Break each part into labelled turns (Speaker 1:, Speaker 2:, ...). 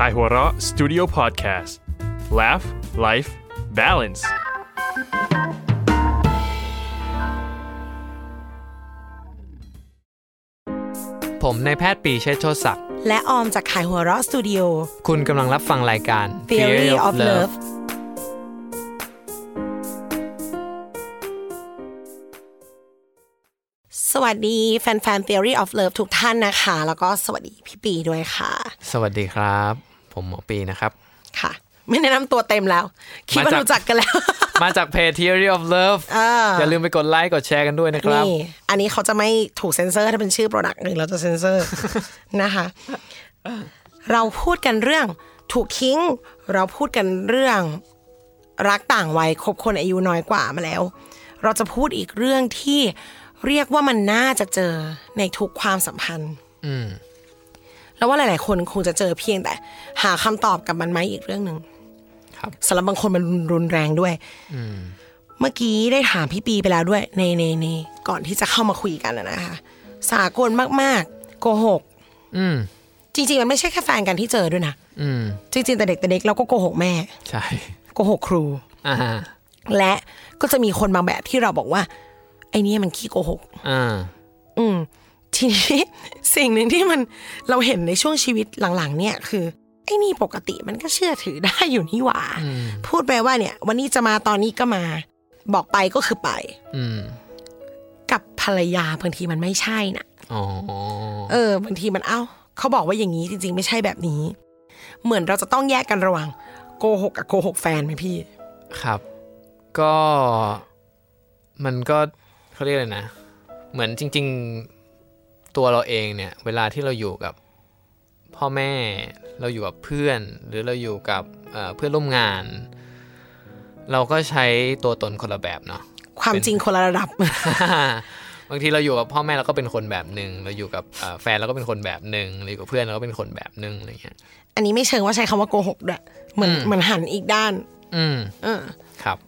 Speaker 1: k a i h u r a Studio Podcast Laugh Life Balance
Speaker 2: ผมนายแพทย์ปรีเชษฐ์โชติศักดิ์
Speaker 3: และออมจากขายหัวเราะสตูดิโอ
Speaker 2: คุณกำลังรับฟังรายการ
Speaker 3: Theory of Love สวัสดีแฟนๆ Theory of Love ทุกท่านนะคะ แล้วก็สวัสดีพี่ปีด้วยค่ะ
Speaker 2: สวัสดีครับ ผมหมอปีนะครับ
Speaker 3: ค่ะ ไม่แนะนำตัวเต็มแล้ว คิดว่า
Speaker 2: มาจาก
Speaker 3: รู้จักกันแล้ว
Speaker 2: มาจากเพจ Theory of Love
Speaker 3: อ่า
Speaker 2: อย่าลืมไปกดไลค์กดแชร์กันด้วยนะครับ
Speaker 3: นี่ อันนี้เขาจะไม่ถูกเซ็นเซอร์ ถ้าเป็นชื่อโปรดักต์หนึ่งเราจะเซ็นเซอ ร์ นะคะ เราพูดกันเรื่องถูกทิ้ง เราพูดกันเรื่องรักต่างวัยคบคนอายุน้อยกว่ามาแล้ว เราจะพูดอีกเรื่องที่เรียกว่ามันน่าจะเจอในทุกความสัมพันธ์แล้วว่าหลาย ๆ คนคงจะเจอเพียงแต่ หาคำตอบกับมันไหมอีกเรื่องหนึ่ง
Speaker 2: ครับ
Speaker 3: สำหรับบางคนมันรุนแรงด้วย เมื่อกี้ได้ถามพี่ปีไปแล้วด้วยในในในก่อนที่จะเข้ามาคุยกันอะนะคะ สากลมากๆ โกหก
Speaker 2: อืม
Speaker 3: จริง ๆ มันไม่ใช่แค่แฟนกันที่เจอด้วยนะ
Speaker 2: อืม
Speaker 3: จริง ๆ แต่เด็กแต่เด็กเราก็โกหกแม่
Speaker 2: ใช่
Speaker 3: โกหกครู
Speaker 2: อ่า
Speaker 3: และก็จะมีคนบางแบบที่เราบอกว่า ไอ้เนี่ยมันขี้โกหก
Speaker 2: อ่า
Speaker 3: อืมทีนี้ สิ่งหนึ่งที่มันเราเห็นในช่วงชีวิตหลังๆ เนี่ยคือไอ้นี่ปกติมันก็เชื่อถือได้อยู่นี่หว่า
Speaker 2: อืม
Speaker 3: พูดไปว่าเนี่ย วันนี้จะมาตอนนี้ก็มา บอกไปก็คือไป
Speaker 2: อืม
Speaker 3: กับภรรยาบางทีมันไม่ใช่นะ
Speaker 2: อ๋อ
Speaker 3: เออบางทีมันเอ้า เขาบอกว่าอย่างนี้จริง ๆ ไม่ใช่แบบนี้ เหมือนเราจะต้องแยกกันระหว่างโกหกกับโกหกแฟนไหมพี่
Speaker 2: ครับ ก็ มันก็เขาเรียกอะไรนะ เหมือนจริง ๆ ตัวเราเองเนี่ย เวลาที่เราอยู่กับพ่อแม่ เราอยู่กับเพื่อน หรือเราอยู่กับเอ่อเพื่อนร่วมงาน เราก็ใช้ตัวตนคนละแบบเนาะ
Speaker 3: ความ
Speaker 2: เป็น
Speaker 3: จริงคนละระดับ
Speaker 2: บางทีเราอยู่กับพ่อแม่เราก็เป็นคนแบบหนึ่งเราอยู่กับเอ่อแฟนเราก็เป็นคนแบบหนึ่งเราอยู่กับเพื่อนเราก็เป็นคนแบบหนึ่งอะไรเงี้ย
Speaker 3: อันนี้ไม่เชิงว่าใช้คำว่าโกหกด้วยเหมือน
Speaker 2: อืม
Speaker 3: เหมันหันอีกด้าน
Speaker 2: อืม
Speaker 3: เออ
Speaker 2: ครับ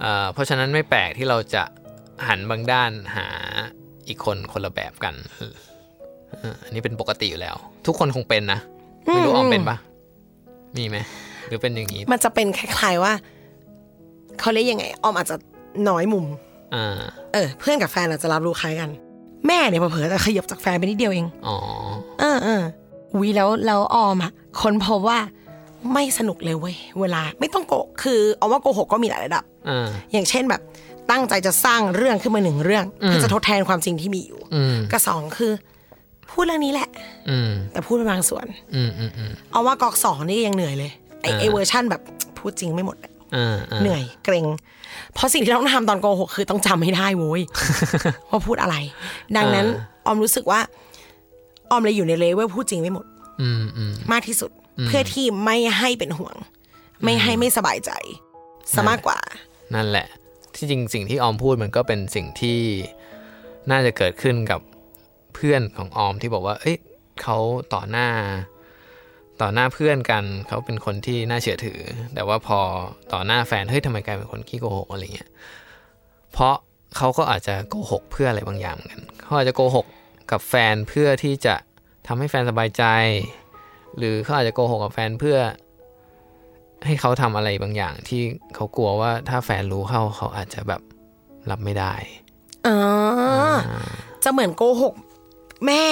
Speaker 2: เอ่อเพราะฉะนั้นไม่แปลกที่เราจะหันบางด้านหาอีกคนคนละแบบกันเอออันนี้เป็นปกติอยู่แล้ว ทุกคนคงเป็นนะ ไม่รู้ออมเป็นปะมีไหม หรือเป็นอย่างนี้
Speaker 3: มันจะเป็นคล้ายๆว่าเขาเรียกยังไงออมอาจจะน้อยมุม
Speaker 2: อ่า
Speaker 3: เออ เพื่อนกับแฟนอาจจะรับรู้คล้ายกัน แม่เนี่ยเผลอๆจะขยับจากแฟนไปนิดเดียวเอง
Speaker 2: อ๋อ
Speaker 3: เออเอออุ้ยแล้วแล้วออมอะคนพบว่าไม่สนุกเลยเว้ยเวลา ไม่ต้องโกหกคือออมว่าโกหกก็มีหลายระดับ
Speaker 2: อ่า
Speaker 3: อย่างเช่นแบบตั้งใจจะสร้างเรื่องขึ้นมาหนึ่งเรื่อง
Speaker 2: อืม
Speaker 3: เพื่อจะทดแทนความจริงที่มีอยู่
Speaker 2: อืม
Speaker 3: กับสองคือ พูดเรื่องนี้แหละ
Speaker 2: อืม
Speaker 3: แต่พูดเป็นบางส่วน
Speaker 2: อืม อืม อืม
Speaker 3: เอาว่ากอกสองนี่ยังเหนื่อยเลยไอ
Speaker 2: อ่า
Speaker 3: ไอเวอร์ชั่นแบบพูดจริงไม่หมดอะ
Speaker 2: อ่าอ่า
Speaker 3: เหนื่อยเกรงเพราะสิ่งที่เราต้องทำตอนโกหกคือต้องจำให้ได้โว้ย ว่าพูดอะไร ดังนั้นออมรู้สึกว่า ออมเลยอยู่ในเลเวลพูดจริงไม่หมด
Speaker 2: อืม อืม
Speaker 3: มากที่สุด เพื่อที่ไม่ให้เป็นห่วง ไม่ให้ไม่สบายใจซะมากกว่า
Speaker 2: นั่นแหละ ที่จริงสิ่งที่ออมพูดมันก็เป็นสิ่งที่น่าจะเกิดขึ้นกับเพื่อนของออมที่บอกว่า เอ้ยเขาต่อหน้า ต่อหน้าเพื่อนกันเขาเป็นคนที่น่าเชื่อถือ แต่ว่าพอต่อหน้าแฟนเฮ้ยทำไมกลายเป็นคนขี้โกหกอะไรเงี้ยเพราะเขาก็อาจจะโกหกเพื่ออะไรบางอย่างเหมือนกันเขาอาจจะโกหกกับแฟนเพื่อที่จะทำให้แฟนสบายใจ หรือเขาอาจจะโกหกกับแฟนเพื่อ ให้เขาทำอะไรบางอย่างที่เขากลัวว่าถ้าแฟนรู้เข้าเขาอาจจะแบบรับไม่ได้
Speaker 3: อ๋ออจะเหมือนโกหกแม่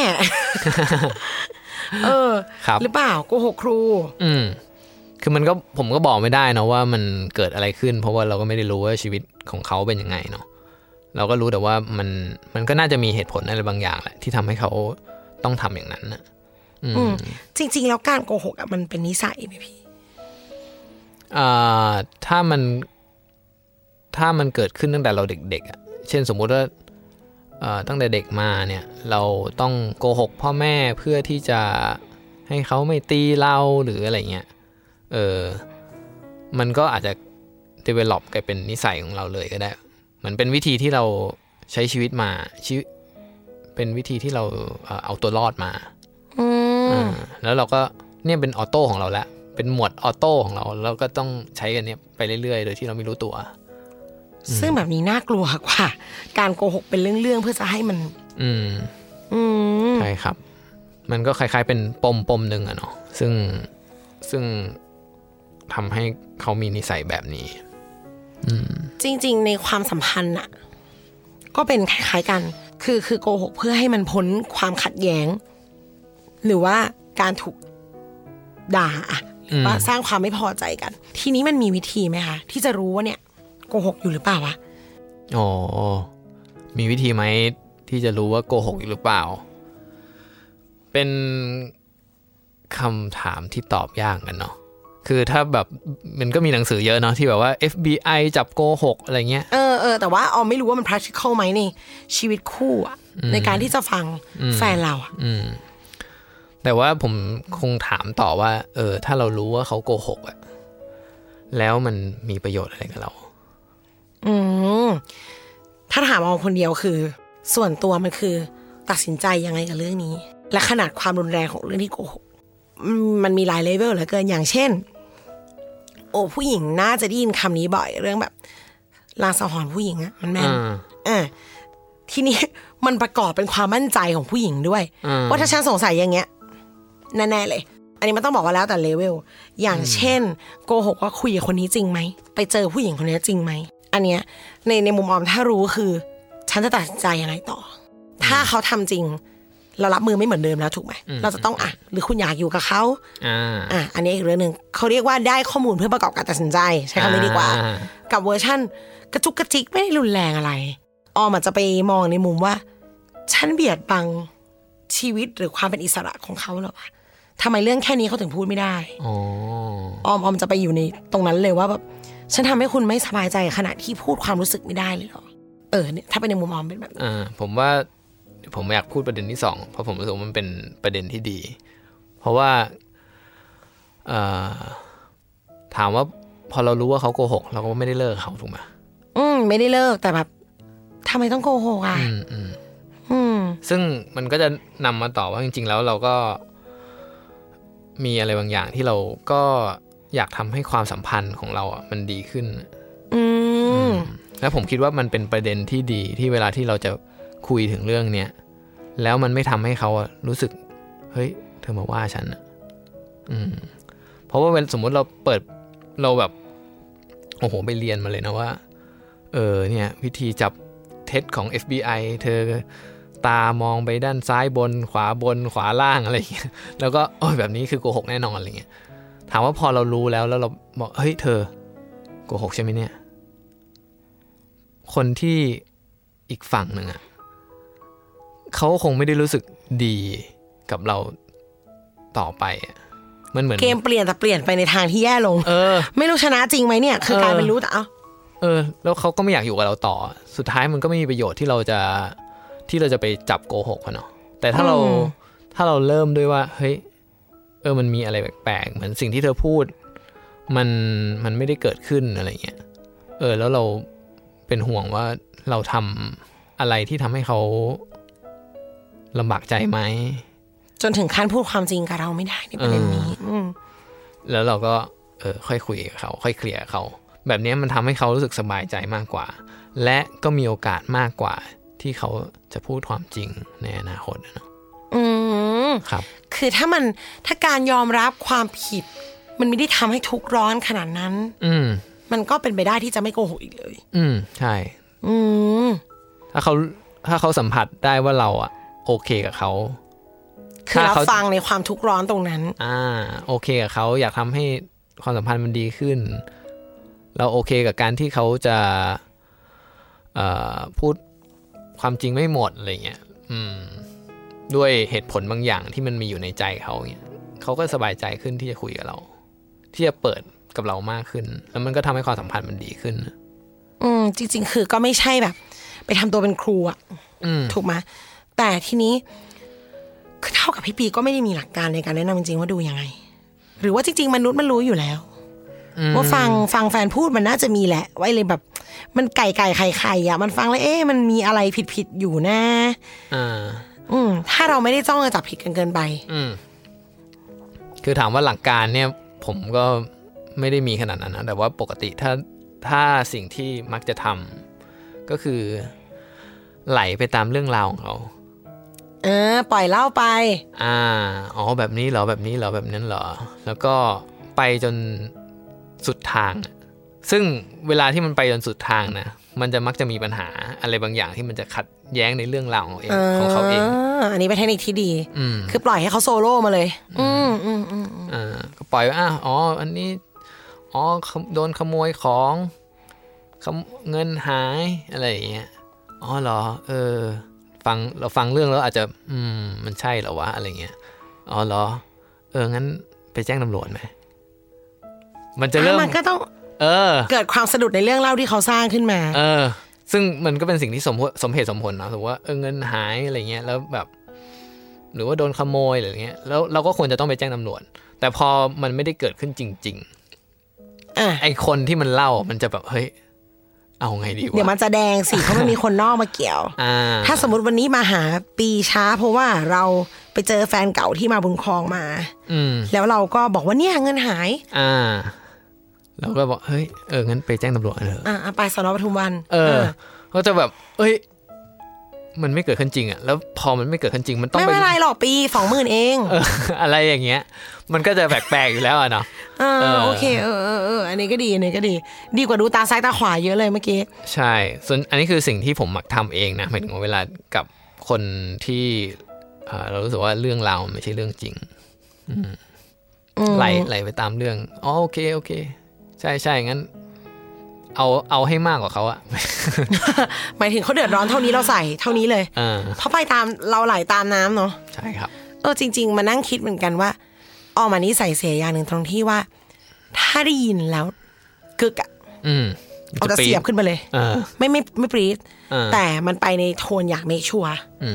Speaker 3: เออ
Speaker 2: ครับ
Speaker 3: หรือเปล่าโกหกครู
Speaker 2: อืม คือมันก็ผมก็บอกไม่ได้เนอะว่ามันเกิดอะไรขึ้น เพราะว่าเราก็ไม่ได้รู้ว่าชีวิตของเขาเป็นยังไงเนาะเราก็รู้แต่ว่ามันมันก็น่าจะมีเหตุผลอะไรบางอย่างแหละที่ทำให้เขาต้องทำอย่างนั้นนะอืม
Speaker 3: อืม จริง ๆ แล้วการโกหกอะมันเป็นนิสัยไหมพี่
Speaker 2: อ่าถ้ามันถ้ามันเกิดขึ้นตั้งแต่เราเด็กๆอะเช่นสมมุติว่า เอ่อตั้งแต่เด็กมาเนี่ยเราต้องโกหกพ่อแม่เพื่อที่จะให้เขาไม่ตีเราหรืออะไรเงี้ยเออมันก็อาจจะ develop กลายเป็นนิสัยของเราเลยก็ได้เหมือนเป็นวิธีที่เราใช้ชีวิตมาชีวิตเป็นวิธีที่เราเอ่อเอาตัวรอดมา
Speaker 3: อืม
Speaker 2: อ่าแล้วเราก็เนี่ยเป็นออโต้ของเราแล้วเป็นหมวดออโต้ของเราเราก็ต้องใช้กันเนี่ยไปเรื่อยๆ โดยที่เราไม่รู้ตัว
Speaker 3: ซึ่งแบบนี้น่ากลัวกว่า การโกหกเป็นเรื่องๆเพื่อจะให้มัน
Speaker 2: อืม
Speaker 3: อืม
Speaker 2: ใช่ครับ มันก็คล้ายๆเป็นปมปมหนึ่งอะเนาะซึ่งซึ่งทำให้เขามีนิสัยแบบนี้
Speaker 3: จริง ๆ ในความสัมพันธ์อะก็เป็นคล้ายๆกัน คือคือโกหกเพื่อให้มันพ้นความขัดแย้ง หรือว่าการถูกด่าอะหรือว่า
Speaker 2: อืม
Speaker 3: สร้างความไม่พอใจกัน ทีนี้มันมีวิธีไหมคะที่จะรู้ว่าเนี่ยโกหกอยู่หรือเปล่าวะ
Speaker 2: อ๋อ มีวิธีไหมที่จะรู้ว่าโกหกอยู่หรือเปล่า เป็นคำถามที่ตอบยากกันเนาะ คือถ้าแบบมันก็มีหนังสือเยอะเนาะที่แบบว่า FBI จับโกหกอะไรเงี้ย
Speaker 3: เออเออแต่ว่าออมไม่รู้ว่ามัน practical ไหมในชีวิตคู่อะในการที่จะฟังแฟนเราอะ
Speaker 2: อืม แต่ว่าผมคงถามต่อว่า เออ ถ้าเรารู้ว่าเขาโกหกอะแล้วมันมีประโยชน์อะไรกับเรา
Speaker 3: อืมถ้าถามออมคนเดียวคือ ส่วนตัวมันคือ ตัดสินใจยังไงกับเรื่องนี้ และขนาดความรุนแรงของเรื่องที่โกหกอืมมันมีหลายเลเวลเหลือเกินอย่างเช่น โอ้ผู้หญิงน่าจะได้ยินคำนี้บ่อยเรื่องแบบลางสะหรณ์ผู้หญิงอะมันแม่น
Speaker 2: อ่า
Speaker 3: อ่ะทีนี้ มันประกอบเป็นความมั่นใจของผู้หญิงด้วย
Speaker 2: อืม
Speaker 3: ว่าถ้าฉันสงสัยอย่างเงี้ยแน่ๆเลย อันนี้มันต้องบอกว่าแล้วแต่เลเวลอย่างเช่น โกหกว่าคุยกับคนนี้จริงไหมไปเจอผู้หญิงคนนี้จริงไหมอันเนี้ยในในมุมออมถ้ารู้คือ ฉันจะตัดสินใจยังไงต่ออถ้าเขาทำจริง เรารับมือไม่เหมือนเดิมแล้วถูกไหมเราจะต้องอ่ะ หรือคุณอยากอยู่กับเขา
Speaker 2: อ่า
Speaker 3: อ่ะอันนี้อีกเรื่องหนึ่งเขาเรียกว่าได้ข้อมูลเพื่อประกอบการตัดสินใจใช้คำนี้ดีกว่า
Speaker 2: อ่า
Speaker 3: กับเวอร์ชั่นกระจุกกระจิกไม่ได้รุนแรงอะไร ออมอาจจะไปมองในมุมว่า ฉันเบียดบังชีวิตหรือความเป็นอิสระของเขาเหรอวะทำไมเรื่องแค่นี้เขาถึงพูดไม่ได้
Speaker 2: อ๋อ
Speaker 3: ออมออมจะไปอยู่ในตรงนั้นเลยว่าแบบฉันทำให้คุณไม่สบายใจขณะที่พูดความรู้สึกไม่ได้เลยเหรอเออเนี่ยถ้าเป็นในมุมออมเป็นแบบนั้น
Speaker 2: อ่าผมว่าผมอยากพูดประเด็นที่สองเพราะผมรู้สึกว่ามันเป็นประเด็นที่ดี เพราะว่าเอ่อถามว่าพอเรารู้ว่าเขาโกหก เราก็ไม่ได้เลิกเขาถูกไหม
Speaker 3: อืมไม่ได้เลิกแต่แบบทำไมต้องโกหกอ่ะ
Speaker 2: อืมอืม
Speaker 3: อืม
Speaker 2: ซึ่งมันก็จะนำมาต่อว่าจริง ๆ แล้วเราก็ มีอะไรบางอย่างที่เราก็อยากทำให้ความสัมพันธ์ของเราอ่ะมันดีขึ้น
Speaker 3: อืม
Speaker 2: แล้วผมคิดว่ามันเป็นประเด็นที่ดีที่เวลาที่เราจะคุยถึงเรื่องเนี้ยแล้วมันไม่ทำให้เขาอะรู้สึก เฮ้ย เธอมาว่าฉันอะอืม เพราะว่าเวลาสมมุติเราเปิดเราแบบ โอ้โห ไปเรียนมาเลยนะว่า เออเนี่ย วิธีจับเท็จของ FBI เธอตามองไปด้านซ้ายบน ขวาบนขวาล่างอะไรอย่างเงี้ยแล้วก็โอ้ยแบบนี้คือโกหกแน่นอนอะไรเงี้ยถามว่าพอเรารู้แล้วแล้วเราบอกเฮ้ยเธอโกหกใช่ไหมเนี่ย คนที่อีกฝั่งหนึ่งอะเขาคงไม่ได้รู้สึกดีกับเราต่อไปอะมันเหมือน
Speaker 3: เกมเปลี่ยนแต่เปลี่ยนไปในทางที่แย่ลง
Speaker 2: เออ
Speaker 3: ไม่รู้ชนะจริงไหมเนี่ย คือกลายเป็นรู้แต่เอ้า
Speaker 2: เออแล้วเขาก็ไม่อยากอยู่กับเราต่อ สุดท้ายมันก็ไม่มีประโยชน์ที่เราจะที่เราจะไปจับโกหกอะเนาะแต่ถ้าเรา
Speaker 3: อืม
Speaker 2: ถ้าเราเริ่มด้วยว่า เฮ้ยเออมันมีอะไรแปลกๆเหมือนสิ่งที่เธอพูด มันมันไม่ได้เกิดขึ้นอะไรเงี้ยเออ แล้วเราเป็นห่วงว่าเราทำอะไรที่ทำให้เขาลำบากใจไหม
Speaker 3: จนถึงขั้นพูดความจริงกับเราไม่ได้ในประเด็นนี้ม
Speaker 2: แล้วเราก็เออค่อยคุยกับเขาค่อยเคลียร์กับเขา แบบเนี้ยมันทำให้เขารู้สึกสบายใจมากกว่า และก็มีโอกาสมากกว่าที่เขาจะพูดความจริงในอนาคตนะเนาะ
Speaker 3: อืม
Speaker 2: ครับ
Speaker 3: คือถ้ามันถ้าการยอมรับความผิด มันไม่ได้ทำให้ทุกข์ร้อนขนาดนั้น
Speaker 2: อืม
Speaker 3: มันก็เป็นไปได้ที่จะไม่โกหกอีกเลย
Speaker 2: อืม ใช่
Speaker 3: อืม
Speaker 2: ถ้าเขาถ้าเขาสัมผัสได้ว่าเราอะโอเคกับเขา
Speaker 3: คือรั
Speaker 2: ถ้า
Speaker 3: บ
Speaker 2: เขา
Speaker 3: ฟังในความทุกข์ร้อนตรงนั้น
Speaker 2: อ่า โอเคกับเขาอยากทำให้ความสัมพันธ์มันดีขึ้น เราโอเคกับการที่เขาจะเอ่อพูดความจริงไม่หมดอะไรเงี้ยอืม ด้วยเหตุผลบางอย่างที่มันมีอยู่ในใจเขาเงี้ยเขาก็สบายใจขึ้นที่จะคุยกับเรา ที่จะเปิดกับเรามากขึ้น แล้วมันก็ทำให้ความสัมพันธ์มันดีขึ้น
Speaker 3: อืม จริง ๆ คือก็ไม่ใช่แบบ ไปทำตัวเป็นครูอะ
Speaker 2: อืม
Speaker 3: ถูกไหมแต่ทีนี้คือเท่ากับพี่ปีก็ไม่ได้มีหลักการในการแนะนำจริงๆว่าดูยังไง หรือว่าจริง ๆ มนุษย์มันรู้อยู่แล้ว ว่าฟังฟังแฟนพูดมันน่าจะมีแหละไว้เลยแบบ มันไก่ไก่ไข่ไข่อะมันฟังแล้วเอ๊ะมันมีอะไรผิดผิดๆอยู่นะ
Speaker 2: อ่า
Speaker 3: อืมถ้าเราไม่ได้จ้องจะจับผิดกันเกินไป
Speaker 2: อืม คือถามว่าหลักการเนี่ย ผมก็ไม่ได้มีขนาดนั้นนะ แต่ว่าปกติถ้าถ้าสิ่งที่มักจะทำก็คือ ไหลไปตามเรื่องราวของเขา
Speaker 3: เออ ปล่อยเล่าไป
Speaker 2: อ่า อ๋อ แบบนี้เหรอ แบบนี้เหรอ แบบนั้นเหรอ แล้วก็ไปจนสุดทางอะซึ่งเวลาที่มันไปจนสุดทางนะ มันจะมักจะมีปัญหาอะไรบางอย่างที่มันจะขัดแย้งในเรื่องราวของเองของเขาเอง
Speaker 3: อันนี้เป็นเทคนิคที่ดี
Speaker 2: อืม
Speaker 3: คือปล่อยให้เขาโซโล่มาเลย อืมอืมอืมอืม
Speaker 2: อ่าก็ปล่อยว่าอ่ะอ๋อ อันนี้ อ๋อขโมโดนขโมยของขโมเงินหายอะไรอย่างเงี้ย อ๋อเหรอ เออ ฟังเราฟังเรื่องแล้วอาจจะ อืม มันใช่เหรอวะอะไรเงี้ย อ๋อเหรอ เออ งั้นไปแจ้งตำรวจไหม มันจะเริ่ม
Speaker 3: อ่ะมันก็ต้อง
Speaker 2: เออ
Speaker 3: เกิดความสะดุดในเรื่องเล่าที่เขาสร้างขึ้นมา
Speaker 2: เออ ซึ่งมันก็เป็นสิ่งที่สมเหตุสมเหตุสมผลเนอะสมมติว่าเออเงินหายอะไรเงี้ย แล้วแบบ หรือว่าโดนขโมยอะไรเงี้ย แล้วเราก็ควรจะต้องไปแจ้งตำรวจ แต่พอมันไม่ได้เกิดขึ้นจริง ๆ
Speaker 3: อ่ะ
Speaker 2: ไอคนที่มันเล่ามันจะแบบ เฮ้ย เอาไงดีวะ
Speaker 3: เดี๋ยวมันจะแดง สิเพราะมันมีคนนอกมาเกี่ยว
Speaker 2: อ่า
Speaker 3: ถ้าสมมติวันนี้มาหาปีช้า เพราะว่าเราไปเจอแฟนเก่าที่มาบุญครองมา
Speaker 2: อืม
Speaker 3: แล้วเราก็บอกว่าเนี่ยเงินหาย
Speaker 2: อ่า เราก็บอก เฮ้ย เออ งั้นไปแจ้งตำรวจเถอะ
Speaker 3: อ่ะอ่ะไปสนปทุมวัน
Speaker 2: เออ ก็จะแบบ เอ้ย มันไม่เกิดขึ้นจริงอะแล้วพอมันไม่เกิดขึ้นจริง มันต้อง
Speaker 3: ไม่
Speaker 2: ไป
Speaker 3: เป็นไรหรอกปีสองหมื่นเอง
Speaker 2: เออ อะไรอย่างเงี้ย มันก็จะแปลกๆอยู่แล้วอะเนาะ
Speaker 3: อ่า
Speaker 2: เออ
Speaker 3: โอเคเออเออเอออันนี้ก็ดีอันนี้ก็ดี ดีกว่าดูตาซ้ายตาขวาเยอะเลยเมื่อกี้
Speaker 2: ใช่ ส่วนอันนี้คือสิ่งที่ผมมักทำเองนะหมายถึงว่าเวลากับคนที่เอ่อเรารู้สึกว่าเรื่องราวมันไม่ใช่เรื่องจริงอืมไหลไหลไปตามเรื่อง อ๋อโอเคโอเค ใช่ใช่งั้น เอาเอาให้มากกว่าเขาอะ
Speaker 3: หมายถึงเขาเดือดร้อนเท่านี้เราใส่เท่านี้เลย
Speaker 2: เออ
Speaker 3: เพราะไปตามเราไหลตามน้ำเนาะ
Speaker 2: ใช่ครับ
Speaker 3: เออจริง ๆ มานั่งคิดเหมือนกันว่าออมอันนี้ใส่เสียอย่างหนึ่งตรงที่ว่า ถ้าได้ยินแล้วกึกอะ
Speaker 2: อืม
Speaker 3: เอาจะ
Speaker 2: ปี๊
Speaker 3: เสียบขึ้นไปเลย
Speaker 2: เออ
Speaker 3: ไม่ไม่ไม่ปรีด
Speaker 2: เออ
Speaker 3: แต่มันไปในโทนอยากเมคชัวร์
Speaker 2: อื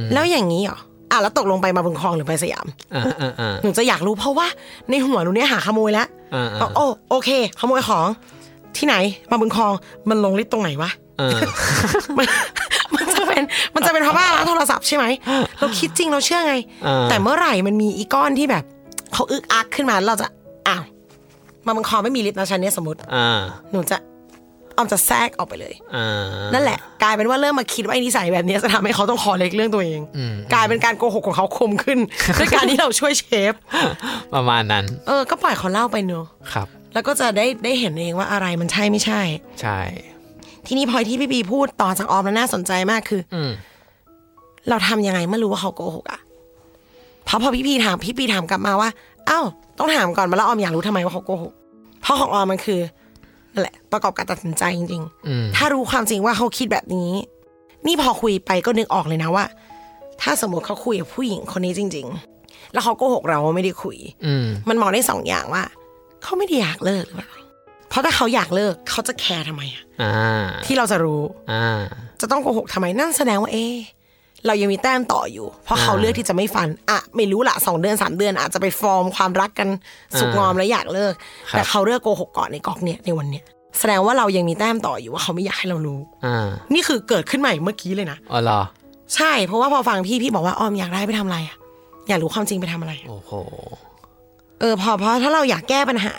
Speaker 2: ม
Speaker 3: แล้วอย่างนี้เหรออ่ะแล้วตกลงไปมาบุญคลองหรือไปสยาม
Speaker 2: อ่าอ่าอ่า
Speaker 3: หนูจะอยากรู้เพราะว่าในหัวหนูเนี่ยหาขโมยแล้ว
Speaker 2: อ่า
Speaker 3: บอกโอ้โอเค ขโมยของ ที่ไหนมาบุญคลองมันลงลิฟต์ตรงไหนวะ
Speaker 2: อ่า
Speaker 3: มันมันจะเป็นมันจะเป็นเพราะว่าร้านโทรศัพท์ใช่ไหมเราคิดจริงเราเชื่อไง แต่เมื่อไหร่มันมีอีก้อนที่แบบ เขาอึกอักขึ้นมาแล้วเราจะอ้าวมาบังคอไม่มีลิฟต์นะชั้นเนี้ยสมมติ
Speaker 2: อ่า
Speaker 3: หนูจะออมจะแทรกออกไปเลย
Speaker 2: อ่า
Speaker 3: นั่นแหละ กลายเป็นว่าเริ่มมาคิดว่าไอ้นิสัยแบบเนี้ยจะทำให้เขาต้องคอเล็กเรื่องตัวเอง กลายเป็นการโกหกของเขาคมขึ้น ด้วยการที่เราช่วยเชฟ
Speaker 2: ประมาณนั้น
Speaker 3: เออก็ปล่อยเขาเล่าไปเนอะ
Speaker 2: ครับ
Speaker 3: แล้วก็จะได้ได้เห็นเองว่าอะไรมันใช่ไม่ใช่
Speaker 2: ใช่
Speaker 3: ทีนี้พอยที่พี่บีพูดต่อจากออมแล้วน่าสนใจมากคืออ
Speaker 2: ม
Speaker 3: เราทำยังไงเมื่อรู้ว่าเขาโกหกอ่ะเพราะพอพี่บีถามพี่บีถามกลับมาว่า เอ้า ต้องถามก่อนมาแล้วออมอยากรู้ทำไมว่าเขาโกหกเพราะของออมมันคือนั่นแหละ ประกอบการตัดสินใจจริง
Speaker 2: อืม
Speaker 3: ๆ ถ้ารู้ความจริงว่าเขาคิดแบบนี้ นี่พอคุยไปก็นึกออกเลยนะว่า ถ้าสมมติเขาคุยกับผู้หญิงคนนี้จริง ๆ แล้วเขาโกหกเราว่าไม่ได้คุย
Speaker 2: อืม
Speaker 3: มันมองได้สองอย่างว่าเขาไม่ได้อยากเลิกหรือเปล่าเพราะถ้าเขาอยากเลิกเขาจะแคร์ทำไมอะ
Speaker 2: อ่า
Speaker 3: ที่เราจะรู้
Speaker 2: อ่า
Speaker 3: จะต้องโกหกทำไมนั่นแสดงว่าเอ๊ะเรายังมีแต้มต่ออยู่ เพราะเขาเลือกที่จะไม่ฟัน อ่ะ ไม่รู้ละสองเดือนสามเดือน อาจจะไปฟอร์มความรักกันสุขงอมแล้วอยากเลิก
Speaker 2: ครับ
Speaker 3: แต่เขาเลือกโกหกก่อนในกอกเนี่ยในวันเนี้ยแสดงว่าเรายังมีแต้มต่ออยู่ว่าเขาไม่อยากให้เรารู้
Speaker 2: อ่า
Speaker 3: นี่คือเกิดขึ้นใหม่เมื่อกี้เลยนะ
Speaker 2: อ๋อเหรอ
Speaker 3: ใช่เพราะว่าพอฟังพี่พี่บอกว่าออมอยากได้ไปทำอะไรอะอยากรู้ความจริงไปทำอะไรอะ
Speaker 2: โอ้โห
Speaker 3: เออพอเพราะถ้าเราอยากแก้ปัญหา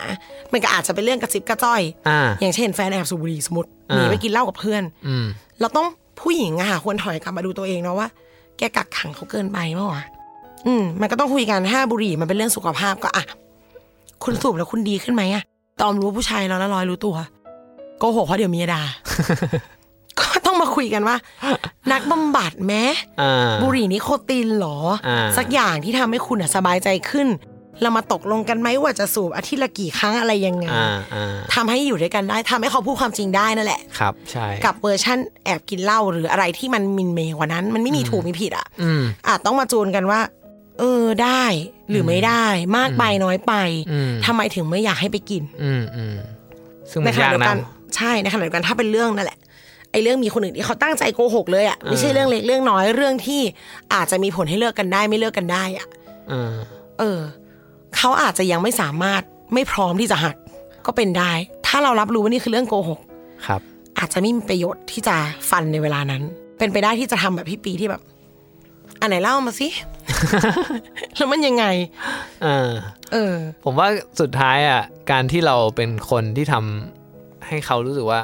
Speaker 3: มันก็อาจจะเป็นเรื่องกระซิบกระจ้อย
Speaker 2: อ่า
Speaker 3: อย่างเช่นแฟนแอบสูบบุหรี่สมมติหนีไปกินเหล้ากับเพื่อน
Speaker 2: อืม
Speaker 3: เราต้องผู้หญิงอะค่ะควรถอยกลับมาดูตัวเองเนาะว่าแกกักขังเขาเกินไปเมื่อวะอืม มันก็ต้องคุยกันถ้าบุหรี่มันเป็นเรื่องสุขภาพก็อ่ะคุณสูบแล้วคุณดีขึ้นไหมอะตอมรู้ว่าผู้ชายเราแล้วร้อยรู้ตัวโกหกเพราะเดี๋ยวเมี ยด่า ก็ต้องมาคุยกันว่า นักบำบัดแม้
Speaker 2: อ่า
Speaker 3: บุหรี่นิโคตินเหรอ
Speaker 2: อ่า
Speaker 3: สักอย่างที่ทำให้คุณอะสบายใจขึ้น เรามาตกลงกันไหมว่าจะสูบอาทิตย์ละกี่ครั้งอะไรยังไง
Speaker 2: อ่า อ่า
Speaker 3: ทำให้อยู่ด้วยกันได้ทำให้เขาพูดความจริงได้นั่นแหละ
Speaker 2: ครับ ใช่
Speaker 3: กับเวอร์ชั่นแอบกินเหล้าหรืออะไรที่มันมินเมกว่านั้น มันไม่มีถูกมีผิดอ่ะ
Speaker 2: อืม
Speaker 3: อาจต้องมาจูนกันว่า เออได้หรือไม่ได้ มากไปน้อยไป
Speaker 2: อืม
Speaker 3: ทำไมถึงไม่อยากให้ไปกิน
Speaker 2: อืม อืม ซึ่ง
Speaker 3: ใน
Speaker 2: มัน
Speaker 3: ขณะ
Speaker 2: ยาก
Speaker 3: เดียว
Speaker 2: นะ
Speaker 3: กันใช่ในขณะเดียวกันถ้าเป็นเรื่องนั่นแหละ ไอ้เรื่องมีคนอื่นที่เขาตั้งใจโกหกเลยอะไม่ใช่เรื่องเล็กเรื่องน้อยเรื่องที่อาจจะมีผลให้เลิกกันได้ไม่เลิกกันได้อะ
Speaker 2: เออ
Speaker 3: เออ เขาอาจจะยังไม่สามารถไม่พร้อมที่จะหักก็เป็นได้ ถ้าเรารับรู้ว่านี่คือเรื่องโกหก
Speaker 2: ครับ
Speaker 3: อาจจะไม่มีประโยชน์ที่จะฟันในเวลานั้น เป็นไปได้ที่จะทำแบบพี่ปีที่แบบอันไหนเล่ามาสิ แล้วมันยังไง
Speaker 2: เออ
Speaker 3: เออ
Speaker 2: ผมว่าสุดท้ายอ่ะการที่เราเป็นคนที่ทำให้เขารู้สึกว่า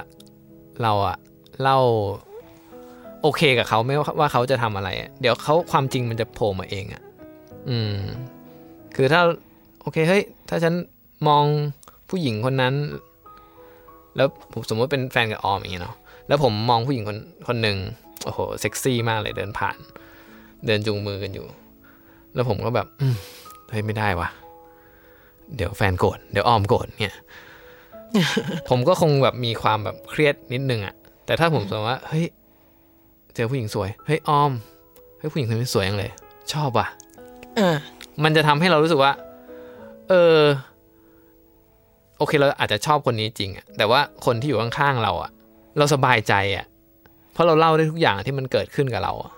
Speaker 2: เราอ่ะเล่าโอเคกับเขาไม่ว่าเขาจะทำอะไรอะเดี๋ยวเขาความจริงมันจะโผล่มาเองอ่ะอืม คือถ้าโอเคเฮ้ยถ้าฉันมองผู้หญิงคนนั้น แล้วผมสมมติเป็นแฟนกับออมอย่างเงี้ยเนาะแล้วผมมองผู้หญิงคนคนหนึ่งโอ้โหเซ็กซี่มากเลยเดินผ่าน เดินจูงมือกันอยู่ แล้วผมก็แบบอืมเฮ้ยไม่ได้ว่ะ เดี๋ยวแฟนโกรธเดี๋ยวออมโกรธเนี่ย ผมก็คงแบบมีความแบบเครียดนิดนึงอะแต่ถ้าผมสมมติว่าเฮ้ยเจอผู้หญิงสวยเฮ้ยออมเฮ้ยผู้หญิงคนนี้สวยยังเลย ชอบว่ะ
Speaker 3: เออ
Speaker 2: มันจะทำให้เรารู้สึกว่า เออ โอเคเราอาจจะชอบคนนี้จริงอะแต่ว่าคนที่อยู่ข้างๆเราอะเราสบายใจอะเพราะเราเล่าได้ทุกอย่างที่มันเกิดขึ้นกับเราอะ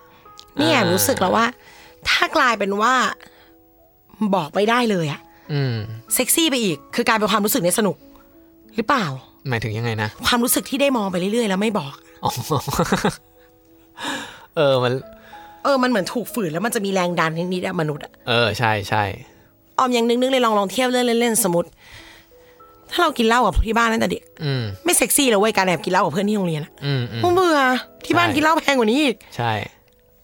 Speaker 3: เนี่ย
Speaker 2: อ่ารู้
Speaker 3: รู้สึกแล้วว่า ถ้ากลายเป็นว่าบอกไม่ได้เลยอะ
Speaker 2: อืม
Speaker 3: เซ็กซี่ไปอีก คือกลายเป็นความรู้สึกเนี่ยสนุก หรือเปล่า
Speaker 2: หมายถึงยังไงนะ
Speaker 3: ความรู้สึกที่ได้มองไปเรื่อยๆแล้วไม่บอก
Speaker 2: อ๋อ เออมัน
Speaker 3: เออมันเหมือนถูกฝืนแล้วมันจะมีแรงดันนิดๆอะมนุษย์อะ
Speaker 2: เออใช่ใช่
Speaker 3: ออมยังนึกๆเลยลองลองเทียบเรื่องเล่นๆสมมติ ถ้าเรากินเหล้ากับที่บ้านตั้งแต่เด็ก
Speaker 2: อืม
Speaker 3: ไม่เซ็กซี่เลยเว้ยการแอบกินเหล้ากับเพื่อนที่โรงเรียนอะ
Speaker 2: อืมอืม
Speaker 3: โอ้เบื่อที่บ้าน
Speaker 2: ใช่
Speaker 3: กินเหล้าแพงกว่านี้อีก
Speaker 2: ใช่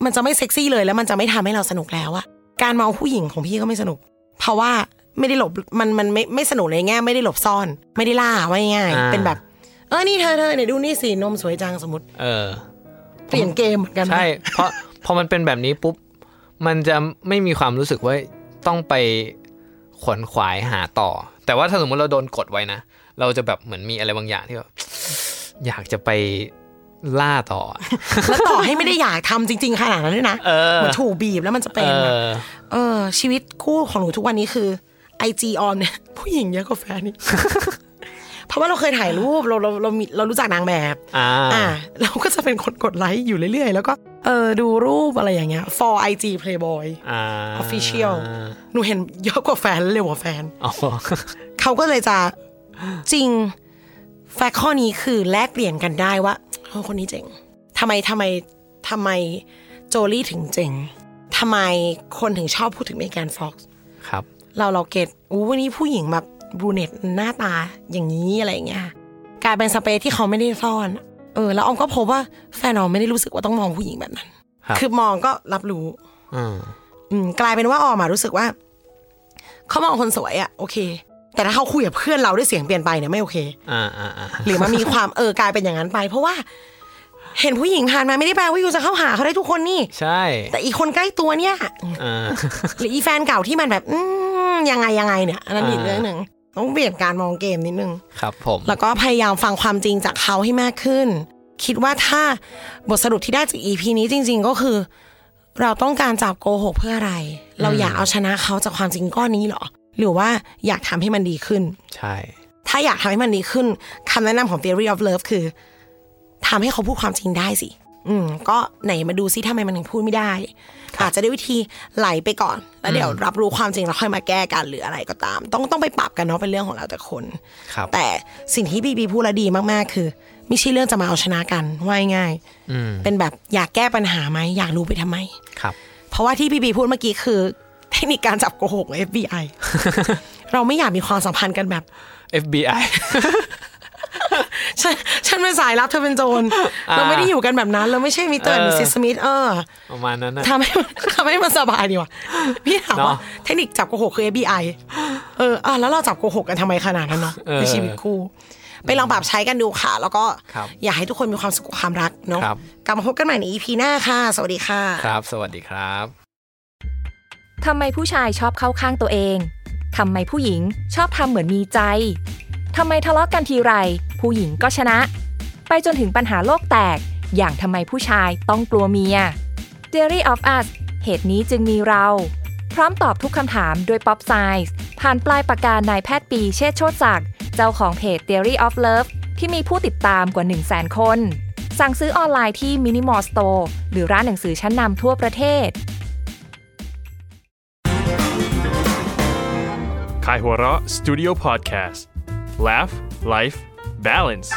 Speaker 3: มันจะไม่เซ็กซี่เลยแล้วมันจะไม่ทำให้เราสนุกแล้วอะการมองผู้หญิงของพี่ก็ไม่สนุก เพราะว่าไม่ได้หลบมันมันไม่ไม่สนุกในแง่ไม่ได้หลบซ่อน ไม่ได้ล่าว่าง่ายๆ
Speaker 2: อ่า
Speaker 3: เป็นแบบ เออนี่เธอเธอเนี่ยดูนี่สินมสวยจังสมมติ
Speaker 2: เออ
Speaker 3: เปลี่ยนเกมเหมือนกันนะ
Speaker 2: ใช่ เพราะ พอมันเป็นแบบนี้ปุ๊บ มันจะไม่มีความรู้สึกว่าต้องไปขวนขวายหาต่อ แต่ว่าถ้าสมมติเราโดนกดไว้นะ เราจะแบบเหมือนมีอะไรบางอย่างที่แบบ อยากจะไปล่าต่อ
Speaker 3: แล้วต่อให้ไม่ได้อยากทำจริง ๆ ขนาดนั้นด้วยนะ
Speaker 2: เออ
Speaker 3: เหมือนถูกบีบแล้วมันจะเป็
Speaker 2: เอน
Speaker 3: อะ
Speaker 2: อ
Speaker 3: เออ ชีวิตคู่ของหนูทุกวันนี้คือไอจีออมเนี่ย ผู้หญิงเยอะกว่าแฟน นี่ เพราะว่าเราเคยถ่ายรูปเราเราเรามีเรารู้จักนางแบบ
Speaker 2: อ่า
Speaker 3: อ่าเราก็จะเป็นคนกดไลค์อยู่เรื่อย ๆ แล้วก็เออดูรูปอะไรอย่างเงี้ย for IG Playboy
Speaker 2: อ่า
Speaker 3: Official หนูเห็นเยอะกว่าแฟนเร็วกว่าแฟน
Speaker 2: อ๋ อ
Speaker 3: เขาก็เลยจะจริง แฟกต์ข้อนี้คือแลกเปลี่ยนกันได้ว่าเออคนนี้เจ๋งทำไมทำไมทำไมโจลี่ถึงเจ๋งทำไมคนถึงชอบพูดถึงเมแกนฟ็อกซ์
Speaker 2: ครับ
Speaker 3: เราเราเก็ตอู้วันนี้ผู้หญิงแบบบรูเนตหน้าตาอย่างนี้อะไรอย่างเงี้ยกลายเป็นสเปซที่เขาไม่ได้ซ่อนเออแล้วออมก็พบว่าแฟนออมไม่ได้รู้สึกว่าต้องมองผู้หญิงแบบนั้น
Speaker 2: ครับ
Speaker 3: อมองก็รับรู้
Speaker 2: อืม
Speaker 3: อืมกลายเป็นว่าออมอะรู้สึกว่า เขามองคนสวยอะโอเค แต่ถ้าเขาคุยกับเพื่อนเราด้วยเสียงเปลี่ยนไปเนี่ยไม่โอเค
Speaker 2: อ่าอ่าอ่า
Speaker 3: หรือมันมี ความ เออกลายเป็นอย่างนั้นไป เพราะว่า เห็นผู้หญิงผ่านมาไม่ได้แปลว่าอยู่จะเข้าหาเขาได้ทุกคนนี่
Speaker 2: ใช่
Speaker 3: แต่อีคนใกล้ตัวเนี่ย
Speaker 2: อ่า
Speaker 3: หรืออีแฟนเก่าที่มันแบบ อืมยังไงยังไงเนี่ยอันนั้นอีก
Speaker 2: อ่า
Speaker 3: เรื่องหนึ่งต้องเปลี่ยนการมองเกมนิดนึง
Speaker 2: ครับผม
Speaker 3: แล้วก็พยายามฟังความจริงจากเขาให้มากขึ้น คิดว่าถ้าบทสรุปที่ได้จาก EP นี้จริง ๆ ก็คือ เราต้องการจับโกหกเพื่ออะไร เรา
Speaker 2: อืม
Speaker 3: อยากเอาชนะเขาจากความจริงก้อนนี้เหรอ หรือว่าอยากทำให้มันดีขึ้น
Speaker 2: ใช่
Speaker 3: ถ้าอยากทำให้มันดีขึ้นคำแนะนำของ theory of love คือทำให้เขาพูดความจริงได้สิ อืม ก็ไหนมาดูซิทำไมมันถึงพูดไม่ได้ อาจจะได้วิธีไหลไปก่อน แล้วเดี๋ยวรับรู้ความจริงแล้วค่อยมาแก้กันหรืออะไรก็ตาม ต้องต้องไปปรับกันเนาะเป็นเรื่องของเราแต่คน
Speaker 2: ครับ
Speaker 3: แต่สิ่งที่บีบีพูดและดีมากๆ คือ ไม่ใช่เรื่องจะมาเอาชนะกันว่าง่ายๆ
Speaker 2: อืม
Speaker 3: เป็นแบบอยากแก้ปัญหาไหมอยากรู้ไปทำไม
Speaker 2: ครับ
Speaker 3: เพราะว่าที่บีบีพูดเมื่อกี้คือ เทคนิคการจับโกหกของ FBI เราไม่อยากมีความสัมพันธ์กันแบบ
Speaker 2: FBI
Speaker 3: ฉันฉันเป็นสายลับเธอเป็นโจรเราไม่ได้อยู่กันแบบนั้น เราไม่ใช่มิสเตอร์
Speaker 2: เออ
Speaker 3: มิสซิสสมิธเออ
Speaker 2: ประมาณนั้นนะ
Speaker 3: ทำให้มันทำให้มันสบายดีว่ะพี่ถามว่า
Speaker 2: เนาะ
Speaker 3: เทคนิคจับโกหกคือ FBI เอออ่ะแล้วเราจับโกหกกันทำไมขนาดนั้นเนาะในชีวิตคู่ ไปลองปรับใช้กันดูค่ะ แล้วก็
Speaker 2: ครับ
Speaker 3: อยากให้ทุกคนมีความสุขกับความรักเนาะ
Speaker 2: ครับ
Speaker 3: กลับมาพบกันใหม่ใน EP หน้าค่ะ สวัสดีค่ะ
Speaker 2: ครับ สวัสดีครับ
Speaker 4: ทำไมผู้ชายชอบเข้าข้างตัวเอง ทำไมผู้หญิงชอบทำเหมือนมีใจ ทำไมทะเลาะกันทีไร ผู้หญิงก็ชนะ ไปจนถึงปัญหาโลกแตก อย่างทำไมผู้ชายต้องกลัวเมีย Theory of Us เหตุนี้จึงมีเรา พร้อมตอบทุกคำถามด้วย Pop Science ผ่านปลายปากกานายแพทย์ปีเชษฐ์โชติศักดิ์เจ้าของเพจ Theory of Love ที่มีผู้ติดตามกว่า 1 0 0 0 0 0 คน สั่งซื้อออนไลน์ที่ Minimal Store หรือร้านหนังสือชั้นนำทั่วประเทศ
Speaker 1: Kaihuara Studio Podcast Laugh Life Balance